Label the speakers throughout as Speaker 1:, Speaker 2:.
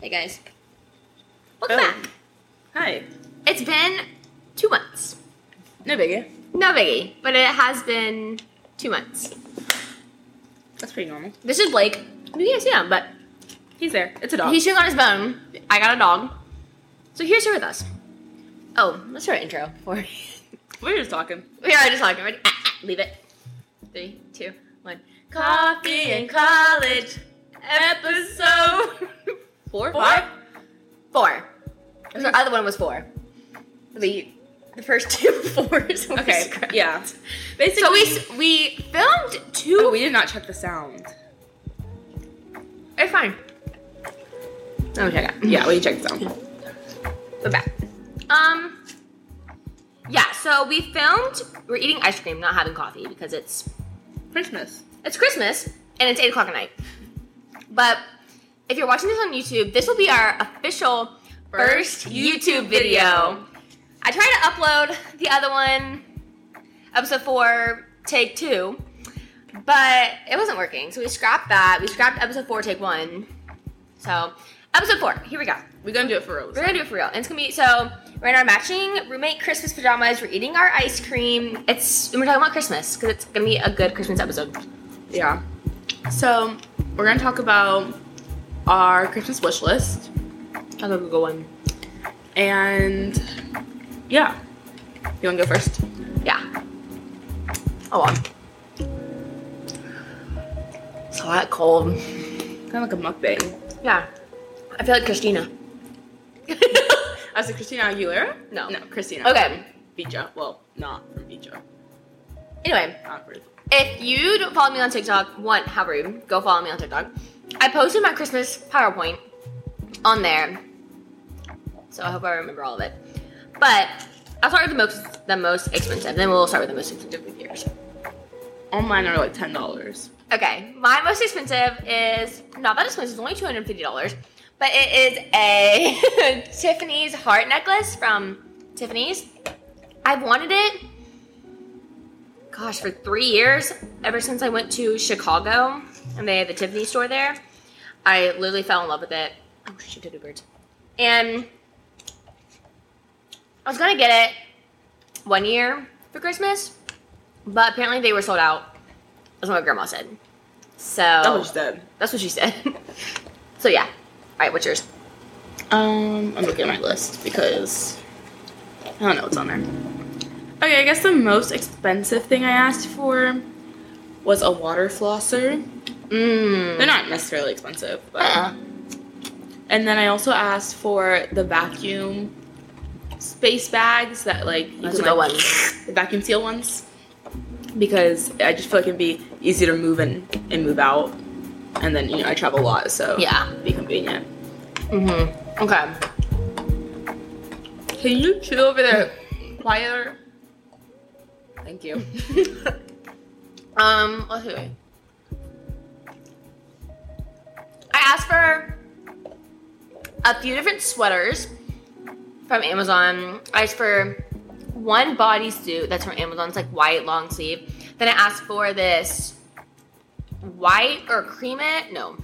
Speaker 1: Hey guys. Welcome
Speaker 2: Oh.
Speaker 1: back.
Speaker 2: Hi.
Speaker 1: It's been two months.
Speaker 2: No biggie.
Speaker 1: No biggie, but it has been two months.
Speaker 2: That's pretty normal.
Speaker 1: This is Blake. You guys see him, but
Speaker 2: He's there. It's a dog.
Speaker 1: he's just on his phone. I got a dog. So here's her with us. Oh, let's do our intro before we
Speaker 2: We're just talking.
Speaker 1: we are just talking. Ready? Ah, ah, leave it. Three, two, one. Coffee and college episode four,
Speaker 2: Four?
Speaker 1: five, four. Because our other one was four. The the first two fours. were
Speaker 2: Okay.
Speaker 1: scrapped.
Speaker 2: Yeah. Basically,
Speaker 1: So we s- we filmed two.
Speaker 2: Oh, we did not check the sound.
Speaker 1: It's fine. Oh, check out.
Speaker 2: Yeah, we checked the sound.
Speaker 1: We're back. Um. Yeah. So we filmed. We're eating ice cream, not having coffee because it's
Speaker 2: Christmas.
Speaker 1: it's Christmas and it's eight o'clock at night. But if you're watching this on YouTube, this will be our official first,
Speaker 2: First
Speaker 1: YouTube
Speaker 2: YouTube
Speaker 1: video.
Speaker 2: video.
Speaker 1: I try to upload the other one, episode four, take two, but it wasn't working. So we scrapped that. We scrapped episode four, take one. So episode four, here we go.
Speaker 2: We're gonna do it for real. this
Speaker 1: We're gonna do it for real. And it's gonna be so we're in our matching roommate Christmas pajamas. We're eating our ice cream. It's and we're talking about Christmas because it's gonna be a good Christmas episode.
Speaker 2: time. Yeah. So we're gonna talk about our Christmas wish list
Speaker 1: I'll go Google one.
Speaker 2: and yeah. You wanna go first?
Speaker 1: Yeah. Oh well. It's a lot cold.
Speaker 2: Kind of like a mukbang.
Speaker 1: Yeah. I feel like Christina.
Speaker 2: I was like Christina Aguilera.
Speaker 1: No.
Speaker 2: No, Christina.
Speaker 1: Okay.
Speaker 2: Bija. Well, not from Bija.
Speaker 1: Anyway,
Speaker 2: Not from.
Speaker 1: if you don't follow me on TikTok, one, how rude. Go follow me on TikTok. I posted my Christmas PowerPoint on there. So I hope I remember all of it. But I'll start with the most the most expensive. Then we'll start with the most expensive with yours.
Speaker 2: All mine are like ten dollars.
Speaker 1: Okay, my most expensive is not that expensive. It's only two hundred fifty dollars, but it is a Tiffany's heart necklace from Tiffany's. I've wanted it, gosh, for three years. Ever since I went to Chicago and they had the Tiffany store there, I literally fell in love with it. Oh shoot, did birds. And I was gonna get it one year for Christmas, but apparently they were sold out. That's what my grandma said. So
Speaker 2: That was dead.
Speaker 1: that's what she said. so yeah. All right, what's yours?
Speaker 2: Um, I'm looking at my list because I don't know what's on there. Okay, I guess the most expensive thing I asked for was a water flosser. They're
Speaker 1: Mmm.
Speaker 2: not necessarily expensive, but
Speaker 1: Uh-uh.
Speaker 2: and then I also asked for the vacuum space bags that like you
Speaker 1: That's a
Speaker 2: can,
Speaker 1: good
Speaker 2: like,
Speaker 1: one.
Speaker 2: the vacuum seal ones because I just feel like it'd be easy to move in and move out, and then you know I travel a lot, so
Speaker 1: Yeah.
Speaker 2: it'd be convenient.
Speaker 1: Mm-hmm. Okay.
Speaker 2: Can you chew over there quieter? Thank you.
Speaker 1: Um, let's see. I asked for a few different sweaters from Amazon. I asked for one bodysuit that's from Amazon. It's like white long sleeve. Then I asked for this white or cream it no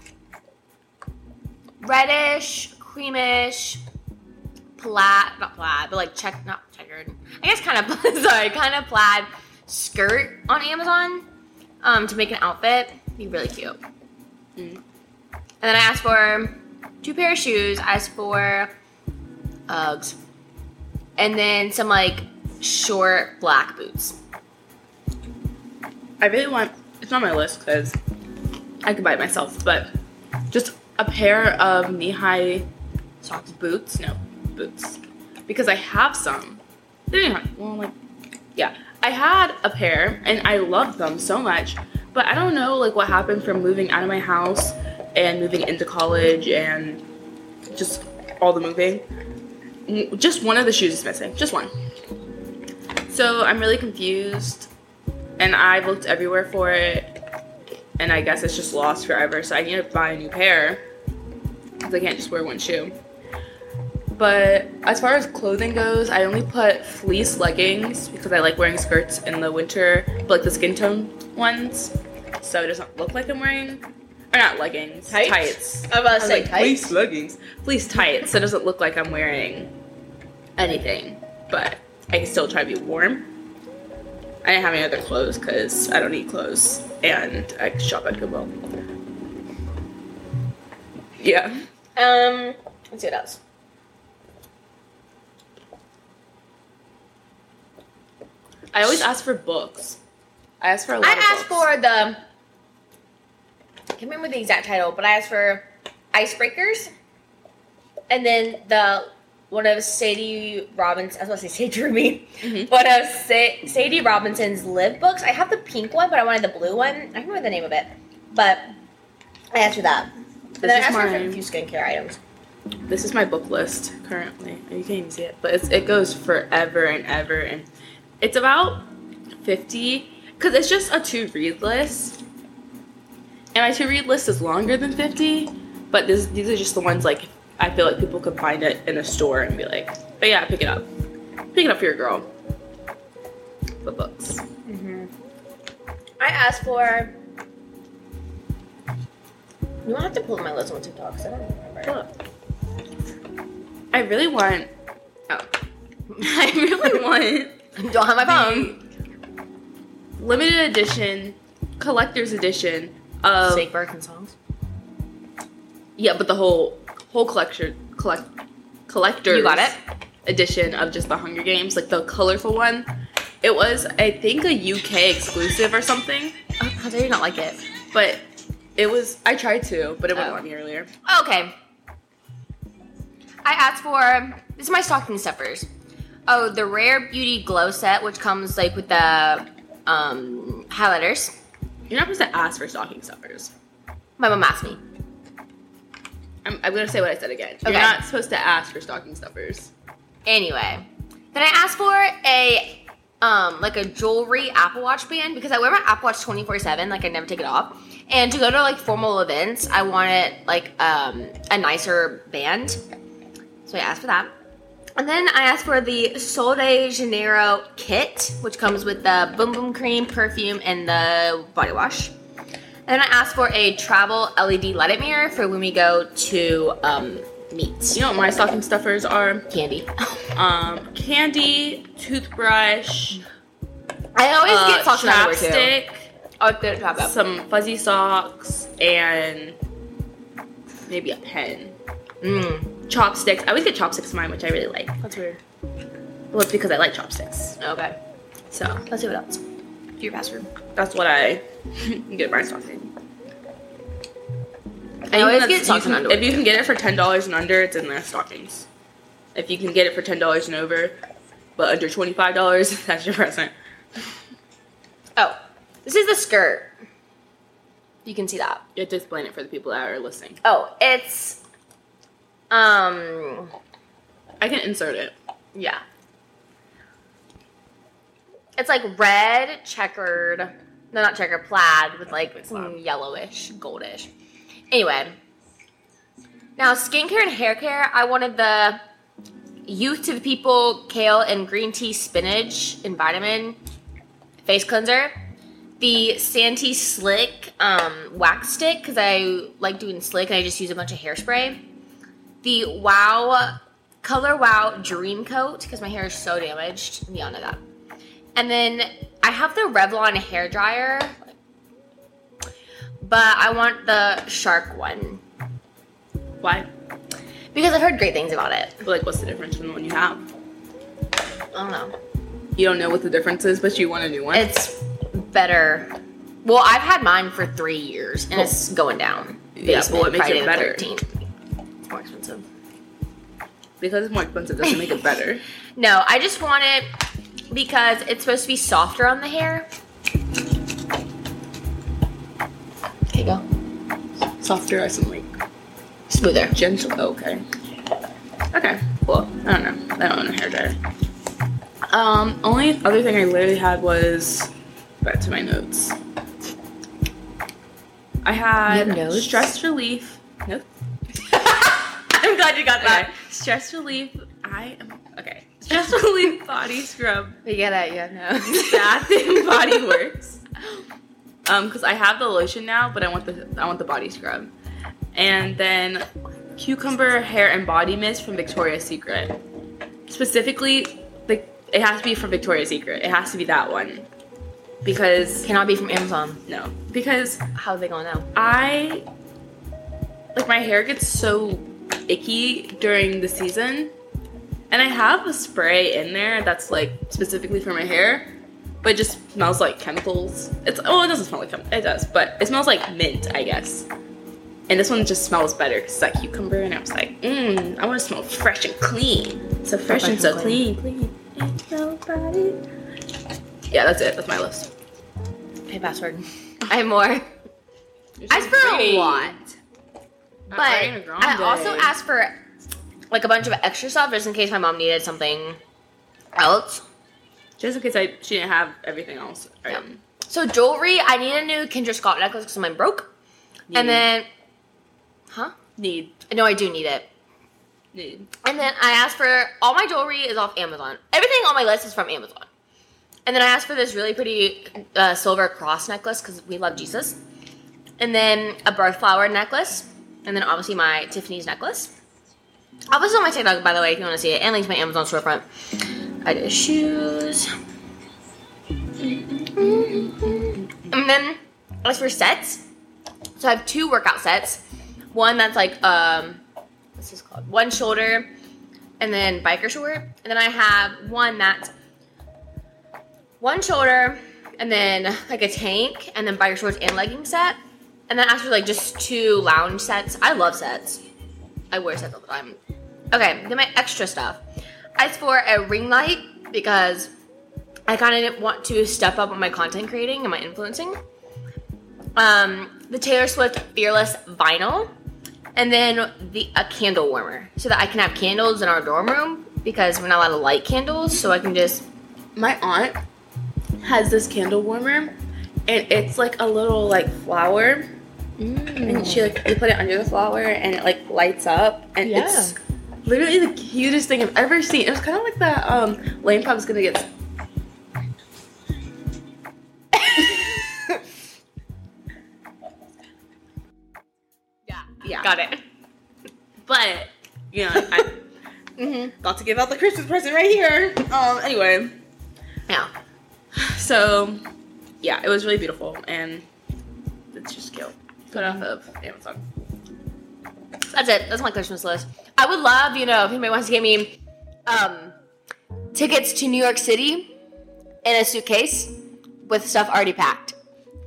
Speaker 1: reddish creamish plaid not plaid but like check not checkered I guess kind of sorry kind of plaid skirt on Amazon um, to make an outfit. It'd be really cute.
Speaker 2: Mm.
Speaker 1: And then I asked for two pair of shoes. I asked for Uggs, and then some like short black boots.
Speaker 2: I really want. It's not on my list because I could buy it myself, but just a pair of knee-high socks, boots. No, boots, because I have some. They're not. Well, like, yeah, I had a pair and I loved them so much, but I don't know like what happened from moving out of my house and moving into college and just all the moving. N- Just one of the shoes is missing. Just one. So I'm really confused and I've looked everywhere for it, and I guess it's just lost forever. So I need to buy a new pair because I can't just wear one shoe. But as far as clothing goes, I only put fleece leggings because I like wearing skirts in the winter, but like the skin tone ones, so it doesn't look like I'm wearing. Or not leggings.
Speaker 3: Tights?
Speaker 2: Tights.
Speaker 3: I'm about to
Speaker 2: I was
Speaker 3: say
Speaker 2: like,
Speaker 3: tights.
Speaker 2: Please Uh, leggings. Please tights. so it doesn't look like I'm wearing anything, but I can still try to be warm. I didn't have any other clothes because I don't need clothes, and I could shop at Goodwill. Yeah.
Speaker 1: Um, let's see what else.
Speaker 2: I always ask for books. I ask for a lot
Speaker 1: I
Speaker 2: of
Speaker 1: asked
Speaker 2: books.
Speaker 1: for the. I can't remember the exact title, but I asked for icebreakers, and then the one of Sadie Robinson's. I was going to say Sadie Ruby.
Speaker 2: Mhm.
Speaker 1: One of uh, Sa- Sadie Robinson's live books. I have the pink one, but I wanted the blue one. I can't remember the name of it, but I asked for that. And
Speaker 2: This
Speaker 1: then I
Speaker 2: is
Speaker 1: asked her for
Speaker 2: mine.
Speaker 1: a few skincare items.
Speaker 2: This is my book list currently. You can't even see it, but it's, it goes forever and ever, and it's about fifty because it's just a to read list, and my to read list is longer than fifty. But this, these are just the ones like I feel like people could find it in a store and be like, "But yeah, pick it up, pick it up for your girl." The books. Mm-hmm.
Speaker 1: I asked for. You will have to pull up my list on TikTok because I don't remember.
Speaker 2: I really want. Oh, I really want.
Speaker 1: Don't have my phone.
Speaker 2: um limited edition collector's edition of
Speaker 1: Snake Birkin songs.
Speaker 2: yeah but the whole whole collector collect collector's
Speaker 1: You got it.
Speaker 2: edition of just the hunger games like the colorful one it was i think a uk exclusive or something
Speaker 1: Oh, how dare you not like it?
Speaker 2: but it was i tried to but it wouldn't
Speaker 1: Oh.
Speaker 2: let me earlier
Speaker 1: Okay. I asked for this is my stocking stuffers. Oh, the rare beauty glow set, which comes like with the um, highlighters.
Speaker 2: you're not supposed to ask for stocking stuffers
Speaker 1: My mom asked me.
Speaker 2: i'm, I'm gonna say what i said again
Speaker 1: Okay.
Speaker 2: you're not supposed to ask for stocking stuffers
Speaker 1: Anyway, then I asked for a um like a jewelry Apple Watch band because I wear my Apple Watch 24/7, like I never take it off. And to go to like formal events, I wanted like um a nicer band. So I asked for that. And then I asked for the Sol de Janeiro kit, which comes with the Boom Boom cream, perfume, and the body wash. And then I asked for a travel LED lighted mirror for when we go to um, meet
Speaker 2: you know what my stocking stuffers are
Speaker 1: candy.
Speaker 2: um, candy, toothbrush,
Speaker 1: I always
Speaker 2: uh,
Speaker 1: get socks chapstick.
Speaker 2: chapstick,
Speaker 1: I would get chapstick.
Speaker 2: some fuzzy socks, and maybe a pen.
Speaker 1: Mm.
Speaker 2: Chopsticks. I always get chopsticks in mine, which I really like.
Speaker 1: That's weird.
Speaker 2: Well, it's because I like chopsticks.
Speaker 1: Okay.
Speaker 2: So
Speaker 1: Let's see what else. Do your password.
Speaker 2: that's what I get my stocking.
Speaker 1: I always get
Speaker 2: you
Speaker 1: socks
Speaker 2: can,
Speaker 1: and underwear.
Speaker 2: If you can get it for ten dollars and under, it's in their stockings. If you can get it for ten dollars and over, but under twenty five dollars, that's your present.
Speaker 1: Oh, this is the skirt. You can see that.
Speaker 2: You have to explain it for the people that are listening.
Speaker 1: Oh, it's um
Speaker 2: I can insert it.
Speaker 1: yeah. It's like red checkered, no, not checkered, plaid with like some yellowish, goldish. Anyway, now skincare and hair care. I wanted the youth to the people kale and green tea spinach and vitamin face cleanser, the Santee Slick um, wax stick because I like doing slick and I just use a bunch of hairspray, the Wow Color Wow Dream Coat because my hair is so damaged. and Y'all know that. And then I have the Revlon hair dryer, but I want the Shark one
Speaker 2: Why?
Speaker 1: because I've heard great things about it.
Speaker 2: But, like, what's the difference from the one you have?
Speaker 1: I don't know.
Speaker 2: You don't know what the difference is, but you want a new one.
Speaker 1: It's better. Well, I've had mine for three years, and it's going down.
Speaker 2: Yeah, well,
Speaker 1: Basement,
Speaker 2: it makes it
Speaker 1: Friday the
Speaker 2: better.
Speaker 1: 13th. It's more expensive.
Speaker 2: because it's more expensive doesn't make it better.
Speaker 1: No, I just want it because it's supposed to be softer on the hair. Okay, go.
Speaker 2: Softer or something like
Speaker 1: Smoother.
Speaker 2: gentle. oh, okay. Okay. Well, I don't know. I don't own a hair dryer. Um, only other thing I literally had was back to my notes. I had
Speaker 1: You have notes?
Speaker 2: stress relief. Nope.
Speaker 1: I'm glad you got
Speaker 2: Okay. Stress relief. I am okay. Stress relief body scrub.
Speaker 1: We get it, yeah, no.
Speaker 2: Bath and Body Works. Um, because I have the lotion now, but I want the I want the body scrub, and then cucumber hair and body mist from Victoria's Secret. Specifically, like it has to be from Victoria's Secret. It has to be that one, because
Speaker 1: Cannot be from Amazon.
Speaker 2: no, because
Speaker 1: How are they gonna know?
Speaker 2: I like my hair gets so icky during the season, and I have a spray in there that's like specifically for my hair, but it just smells like chemicals. It's oh, it doesn't smell like chemicals. It does, but it smells like mint, I guess. And this one just smells better because it's like cucumber, and I was like, mmm, I want to smell fresh and clean. So fresh and so clean. clean. Ain't nobody. Yeah, that's it. That's my list.
Speaker 1: Hey, password. I have more. I asked for
Speaker 2: Pretty.
Speaker 1: a lot,
Speaker 2: Not
Speaker 1: but
Speaker 2: Ariana Grande.
Speaker 1: I also asked for like a bunch of extra stuff just in case my mom needed something else.
Speaker 2: Just in case I she didn't have everything else.
Speaker 1: Yeah.
Speaker 2: Um,
Speaker 1: So jewelry, I need a new Kendra Scott necklace because mine broke, and
Speaker 2: need-
Speaker 1: then, huh?
Speaker 2: need
Speaker 1: No, I do need it.
Speaker 2: need.
Speaker 1: And then I asked for all my jewelry is off Amazon. Everything on my list is from Amazon. And then I asked for this really pretty uh, silver cross necklace because we love Jesus. And then a birth flower necklace. And then obviously my Tiffany's necklace. I'll put this on my TikTok, by the way, if you want to see it. And link to my Amazon storefront. I did shoes. And then as for sets, so I have two workout sets. One that's like um, what's this called? One shoulder, and then biker short, and then I have one that's one shoulder, and then like a tank, and then biker shorts and legging set, and then after like just two lounge sets. I love sets. I wear sets all the time. Okay, then my extra stuff. I asked for a ring light because I kind of didn't want to step up on my content creating and my influencing. Um, the Taylor Swift Fearless vinyl and then the a candle warmer so that I can have candles in our dorm room because we're not allowed to light candles, so I can just
Speaker 2: My aunt has this candle warmer, and it's like a little like flower, and she like you put it under the flower, and it like lights up, and it's literally the cutest thing I've ever seen. It was kind of like that. Um, Lane Pub's gonna get.
Speaker 1: yeah,
Speaker 2: Yeah.
Speaker 1: got it.
Speaker 2: But you know, I Mm-hmm. got to give out the Christmas present right here. Um, anyway,
Speaker 1: Yeah,
Speaker 2: so yeah, it was really beautiful, and it's just cute. Put it off of Amazon.
Speaker 1: that's it. That's my Christmas list. I would love, you know, if anybody wants to get me um, tickets to New York City in a suitcase with stuff already packed.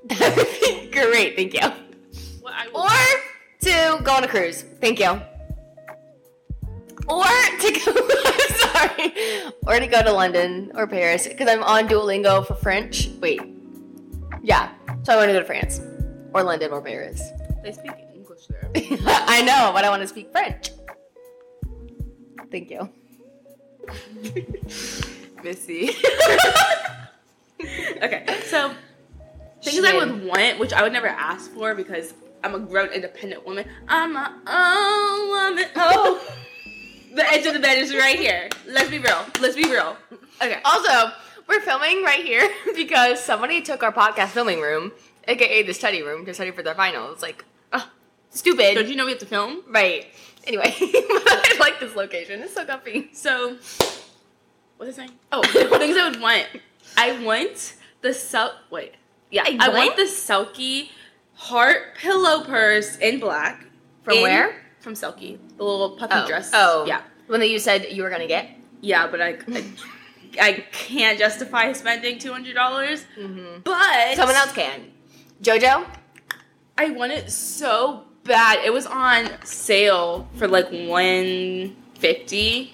Speaker 1: That would be great. Thank you.
Speaker 2: What I
Speaker 1: Or to go on a cruise. Thank you. Or to go, sorry, or to go to London or Paris because I'm on Duolingo for French. Wait, yeah, so I want to go to France or London or Paris.
Speaker 2: They speak English there.
Speaker 1: I know, but I want to speak French. Thank you.
Speaker 2: Missy. okay, so things I
Speaker 1: Shin.
Speaker 2: would want, which I would never ask for because I'm a grown, independent woman. I'm my own woman. Oh, the edge of the bed is right here. Let's be real. Let's be real. Okay.
Speaker 1: Also, we're filming right here because somebody took our podcast filming room, aka the study room, to study for their finals. Like, ugh, stupid.
Speaker 2: Don't you know we have to film?
Speaker 1: Right. Anyway, I like this location. It's so comfy.
Speaker 2: So, what's his name? Oh, things I would want. I want the Sel. Wait, yeah,
Speaker 1: I
Speaker 2: I, want
Speaker 1: want-
Speaker 2: the Selkie heart pillow purse in black.
Speaker 1: From
Speaker 2: In-
Speaker 1: where?
Speaker 2: From Selkie, the little puppy
Speaker 1: Oh.
Speaker 2: dress.
Speaker 1: Oh.
Speaker 2: yeah,
Speaker 1: One that you said you were gonna get.
Speaker 2: yeah, but I, I, I can't justify spending two hundred dollars.
Speaker 1: Mm-hmm.
Speaker 2: But
Speaker 1: Someone else can. Jojo.
Speaker 2: I want it so bad. It was on sale for like one fifty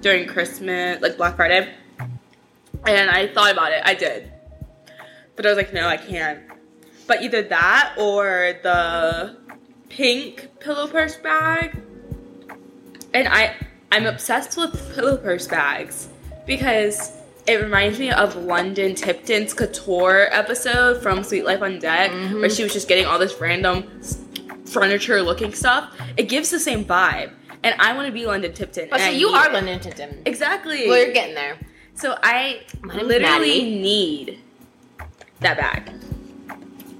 Speaker 2: during Christmas, like Black Friday. And I thought about it. I did. But I was like, no, I can't. But either that or the pink pillow purse bag. And I I'm obsessed with pillow purse bags because it reminds me of London Tipton's couture episode from Sweet Life on Deck,
Speaker 1: Mm-hmm.
Speaker 2: where she was just getting all this random furniture looking stuff. It gives the same vibe. And I want to be London Tipton.
Speaker 1: Oh, so
Speaker 2: and I
Speaker 1: you
Speaker 2: need
Speaker 1: are
Speaker 2: it.
Speaker 1: London Tipton.
Speaker 2: Exactly.
Speaker 1: Well, you're getting there.
Speaker 2: So I
Speaker 1: My name's
Speaker 2: literally
Speaker 1: Maddie.
Speaker 2: need that bag.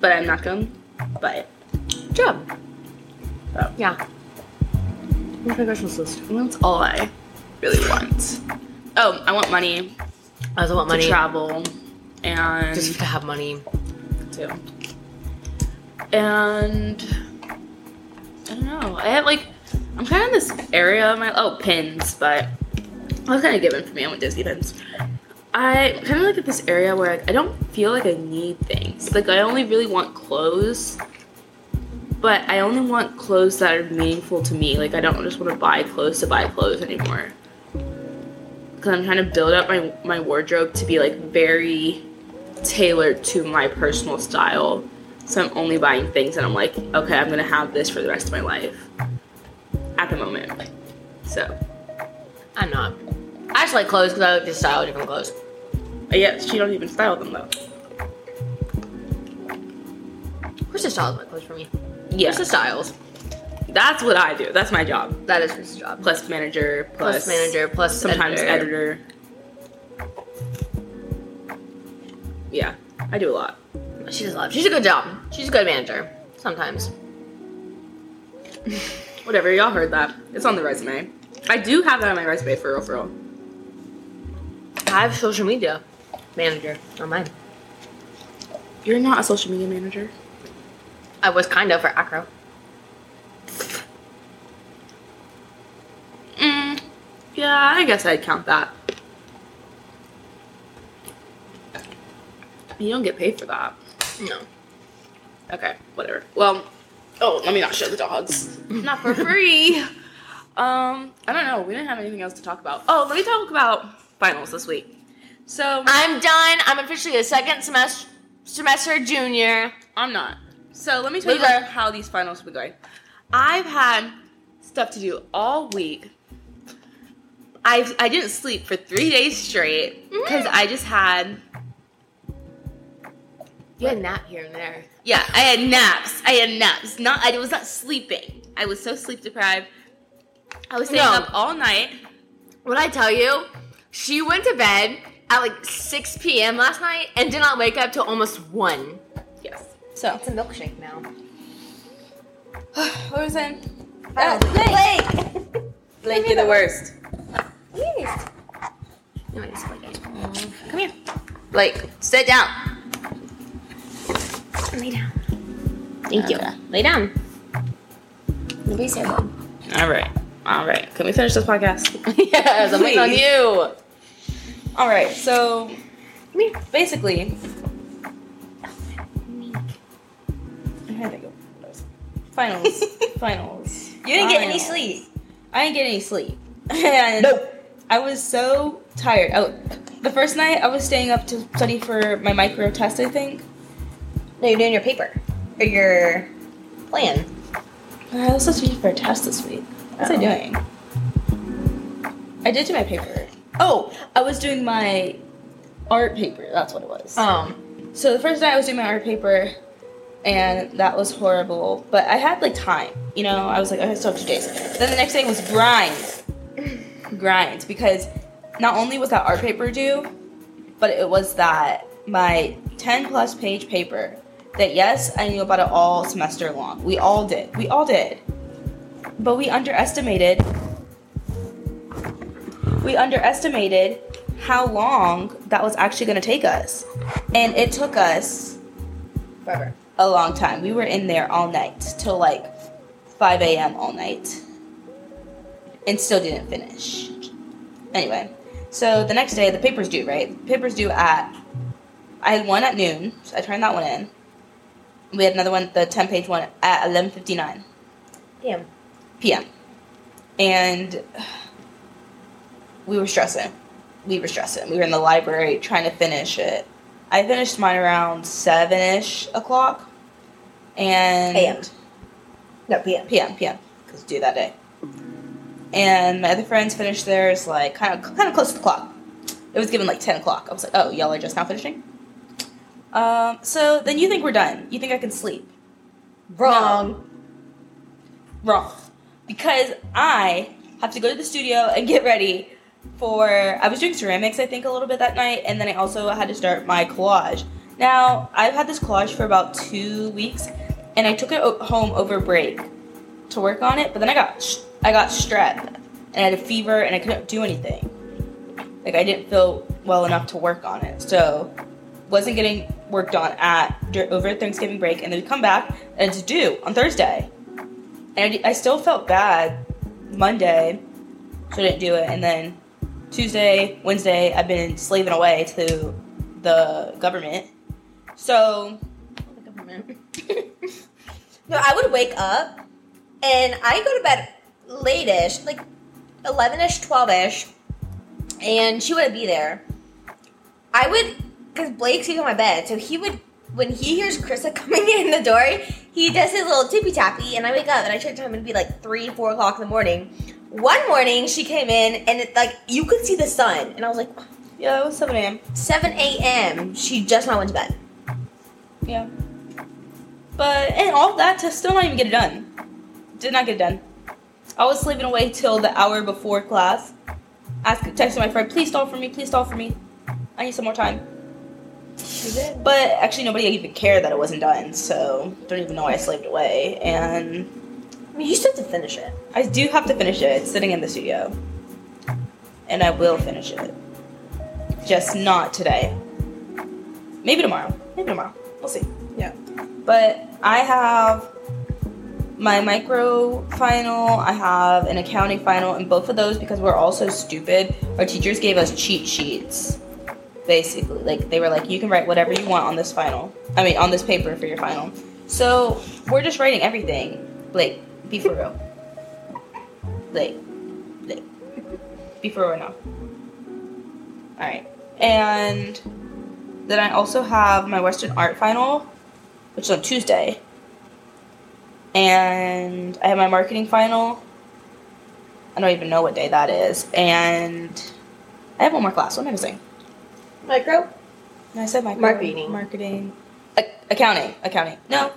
Speaker 2: but I'm not going to buy it. Job. So,
Speaker 1: Yeah.
Speaker 2: what's my Christmas list? That's all I really want. Oh, I want money,
Speaker 1: I also want money.
Speaker 2: to travel and
Speaker 1: Just to have money.
Speaker 2: too. And I don't know. I have like I'm kind of in this area of my oh pins, but I was kind of given for me. I want Disney pins. I kind of like at this area where like, I don't feel like I need things. Like I only really want clothes, but I only want clothes that are meaningful to me. Like I don't just want to buy clothes to buy clothes anymore. Because I'm trying to build up my my wardrobe to be like very tailored to my personal style. So I'm only buying things and I'm like, okay, I'm gonna have this for the rest of my life. At the moment. So
Speaker 1: I'm not. I just like clothes because I like to style different clothes.
Speaker 2: but yeah, she don't even style them though.
Speaker 1: Krista styles my clothes for me.
Speaker 2: Yeah.
Speaker 1: Krista styles.
Speaker 2: That's what I do. That's my job.
Speaker 1: That is Krista's job. Plus,
Speaker 2: Plus manager, plus,
Speaker 1: plus manager, plus
Speaker 2: sometimes
Speaker 1: editor.
Speaker 2: editor. Yeah, I do a lot.
Speaker 1: She does a lot. She's a good job. She's a good manager. Sometimes.
Speaker 2: Whatever, y'all heard that. It's on the resume. I do have that on my resume for real for real.
Speaker 1: I have social media manager on mine.
Speaker 2: You're not a social media manager.
Speaker 1: I was kind of for Acro.
Speaker 2: Mm, yeah, I guess I'd count that. You don't get paid for that.
Speaker 1: No.
Speaker 2: Okay, whatever. Well, oh, let me not show the dogs. not for free. Um, I don't know. We didn't have anything else to talk about. Oh, let me talk about finals this week. So
Speaker 1: I'm done. I'm officially a second semester semester junior.
Speaker 2: I'm not. So let me tell you
Speaker 1: Loser.
Speaker 2: about how these finals were going. I've had stuff to do all week. I I didn't sleep for three days straight because I just had
Speaker 1: You had a nap here and there.
Speaker 2: Yeah, I had naps. I had naps. Not I was not sleeping. I was so sleep deprived. I was staying
Speaker 1: No.
Speaker 2: up all night.
Speaker 1: What I tell you, she went to bed at like 6 p.m. last night and did not wake up till almost 1.
Speaker 2: Yes. So
Speaker 1: It's a milkshake now.
Speaker 2: what was I?
Speaker 1: Oh, Blake!
Speaker 2: Blake, you're the worst.
Speaker 1: Anyways, Blake, Come here. Blake, sit down. Lay down. Thank
Speaker 2: Okay.
Speaker 1: you. Lay down. Nobody said that.
Speaker 2: All right. All right. Can we finish this podcast?
Speaker 1: yes, I'm waiting on
Speaker 2: Please.
Speaker 1: you.
Speaker 2: All right. So
Speaker 1: Come here.
Speaker 2: basically, I had to go. Finals. Finals.
Speaker 1: You didn't get any
Speaker 2: Finals.
Speaker 1: sleep.
Speaker 2: I didn't get any sleep. and I was so tired. Oh, the first night I was staying up to study for my micro test, I think.
Speaker 1: No, you're doing your paper. Or your plan.
Speaker 2: I was supposed to be for a test Uh, this week. What's I
Speaker 1: Oh.
Speaker 2: doing? I did do my paper. Oh, I was doing my art paper. That's what it was.
Speaker 1: Um.
Speaker 2: So the first night I was doing my art paper, and that was horrible. But I had like time, you know. I was like, I still have two days. Then the next day was grind, grind because not only was that art paper due, but it was that my ten plus page paper. That yes, I knew about it all semester long. We all did. We all did. But we underestimated. We underestimated how long that was actually going to take us. And it took us
Speaker 1: Forever.
Speaker 2: a long time. We were in there all night till like 5 a.m. all night and still didn't finish. Anyway, so the next day, the paper's due, right? paper's due at, I had one at noon, so I turned that one in. We had another one, the 10 page one, at 11.59
Speaker 1: Damn.
Speaker 2: p.m. And we were stressing. We were stressing. We were in the library trying to finish it. I finished mine around seven ish o'clock. And
Speaker 1: AM. No, PM.
Speaker 2: PM, PM, because due that day. And my other friends finished theirs like kind of kind of close to the clock. It was given like ten o'clock. I was like, oh, y'all are just now finishing. Um, so then you think we're done? You think I can sleep?
Speaker 1: Wrong.
Speaker 2: wrong because I have to go to the studio and get ready for I was doing ceramics I think a little bit that night and then I also had to start my collage Now, I've had this collage for about two weeks, and I took it o- home over break to work on it. But then I got sh- I got strep, and I had a fever, and I couldn't do anything. Like I didn't feel well enough to work on it, so wasn't getting worked on at dur- over Thanksgiving break. And then we come back, and it's due on Thursday, and I, d- I still felt bad Monday, so I didn't do it. And then Tuesday, Wednesday, I've been slaving away to the government. So
Speaker 1: No, I would wake up and I go to bed late-ish, like 11ish, 12ish, and she wouldn't be there. I would, because Blake sleeps on my bed, so he would, when he hears Krista coming in the door, he does his little tippy tappy, and I wake up and I check time, it'd be like 3, 4 o'clock in the morning. One morning she came in and it, like you could see the sun, and I was like,
Speaker 2: yeah, it was seven a.m.
Speaker 1: 7 a.m. She just not went to bed.
Speaker 2: Yeah. But and all that to still not even get it done. Did not get it done. I was slaving away till the hour before class. Ask texting my friend, please stall for me, please stall for me. I need some more time.
Speaker 1: She did.
Speaker 2: But actually nobody even cared that it wasn't done, so don't even know why I slaved away. And
Speaker 1: I mean, you still have to finish it.
Speaker 2: I do have to finish it. It's sitting in the studio. And I will finish it. Just not today. Maybe tomorrow. Maybe tomorrow. We'll see.
Speaker 4: Yeah.
Speaker 2: But I have my micro final, I have an accounting final, and both of those because we're all so stupid, our teachers gave us cheat sheets. Basically, like they were like, you can write whatever you want on this final. I mean, on this paper for your final. So we're just writing everything. Like, be for real. Like, like, be for real now. All right, and then I also have my Western art final, which is on Tuesday. And I have my marketing final. I don't even know what day that is. And I have one more class. What am I missing?
Speaker 1: Micro?
Speaker 2: And I said micro,
Speaker 5: Marketing.
Speaker 2: Marketing. Ac- accounting. Accounting. No.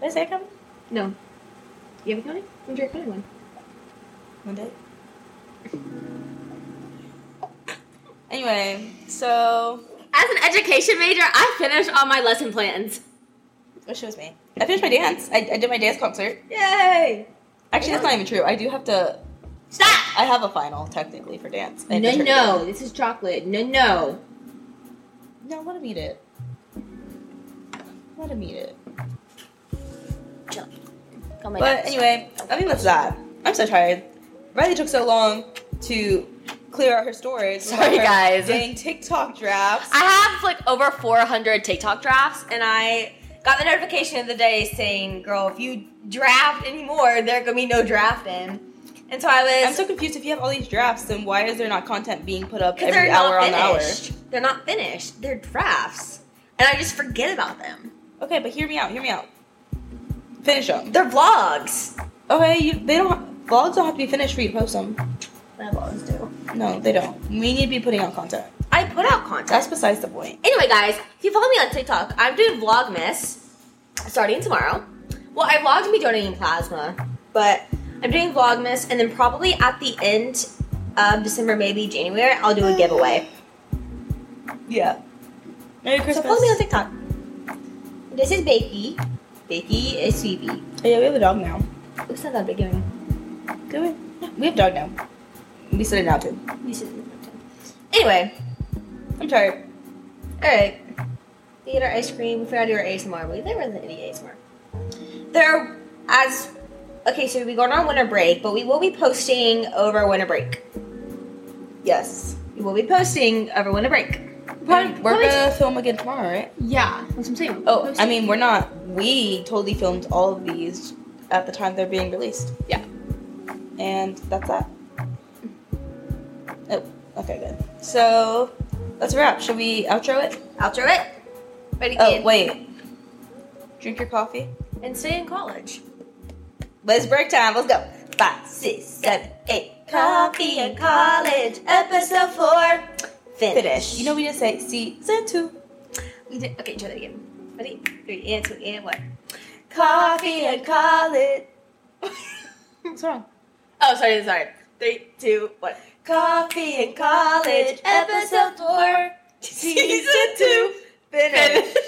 Speaker 2: Did I say accounting?
Speaker 5: No. You have a county? When's your county one?
Speaker 2: One day. Anyway, so
Speaker 5: As an education major, I finished all my lesson plans.
Speaker 2: wish it was me. I finished my dance. I, I did my dance concert.
Speaker 1: Yay!
Speaker 2: Actually, that's not even true. I do have to.
Speaker 5: Stop!
Speaker 2: I have a final technically for dance. I have to
Speaker 5: No,
Speaker 2: turn it
Speaker 5: no, this is chocolate. No, no.
Speaker 2: No, let him eat it. Let him eat it.
Speaker 1: Oh my
Speaker 2: But
Speaker 1: God.
Speaker 2: anyway, I think that's that. I'm so tired. Riley took so long to clear out her storage. with
Speaker 5: Sorry,
Speaker 2: her
Speaker 5: guys.
Speaker 2: Dang TikTok drafts.
Speaker 5: I have like over 400 TikTok drafts.
Speaker 1: and I got the notification of the day saying, "Girl, if you draft anymore, there gonna be no drafting." And so I
Speaker 2: I'm
Speaker 1: was
Speaker 2: so confused. If you have all these drafts, then why is there not content being put up
Speaker 1: because they're
Speaker 2: every
Speaker 1: not
Speaker 2: hour on the hour?
Speaker 1: finished. They're not finished. They're drafts, and I just forget about them.
Speaker 2: Okay, but hear me out. Hear me out. Finish them.
Speaker 1: They're vlogs.
Speaker 2: Okay, you, they don't. Vlogs don't have to be finished for you to post them.
Speaker 1: My vlogs do.
Speaker 2: No, they don't. We need to be putting out content.
Speaker 1: I put out content.
Speaker 2: That's besides the point.
Speaker 1: Anyway, guys, if you follow me on TikTok, I'm doing Vlogmas starting tomorrow. Well, I vlogged me donating plasma, but I'm doing Vlogmas, and then probably at the end of December, maybe January, I'll do a giveaway.
Speaker 2: Yeah. Merry
Speaker 1: So
Speaker 2: Christmas.
Speaker 1: follow me on TikTok. This is Bakey. Bakey is Sweetie.
Speaker 2: Oh, yeah, we have a dog now.
Speaker 1: It's not that big of a
Speaker 2: Do we? We have dog now. We said it now too.
Speaker 1: we should- Anyway,
Speaker 2: I'm tired.
Speaker 1: alright. We ate our ice cream. We forgot to do our ASMR, but there wasn't any ASMR. There, as. Okay, so we going on winter break, but we will be posting over winter break.
Speaker 2: Yes.
Speaker 1: We will be posting over winter break.
Speaker 2: We're gonna film again tomorrow, right?
Speaker 5: Yeah, that's what I'm saying.
Speaker 2: Oh, I mean, we're not. We totally filmed all of these at the time they're being released.
Speaker 5: Yeah.
Speaker 2: And that's that. Oh, okay, good. So that's a wrap. Should we outro it?
Speaker 1: Outro it. Ready,
Speaker 2: Oh,
Speaker 1: kid?
Speaker 2: wait. Drink your coffee.
Speaker 1: And stay in college.
Speaker 2: But it's break time. Let's go. Five, six, seven, eight.
Speaker 1: Coffee in college, episode four. Finish.
Speaker 2: Finish. You know we didn't say season two.
Speaker 1: We did. Okay, try that again. Ready? Three and two and one. Coffee and college.
Speaker 2: What's wrong?
Speaker 1: Oh, sorry, sorry. Three, two, one. Coffee and college, episode four, season two. Finish.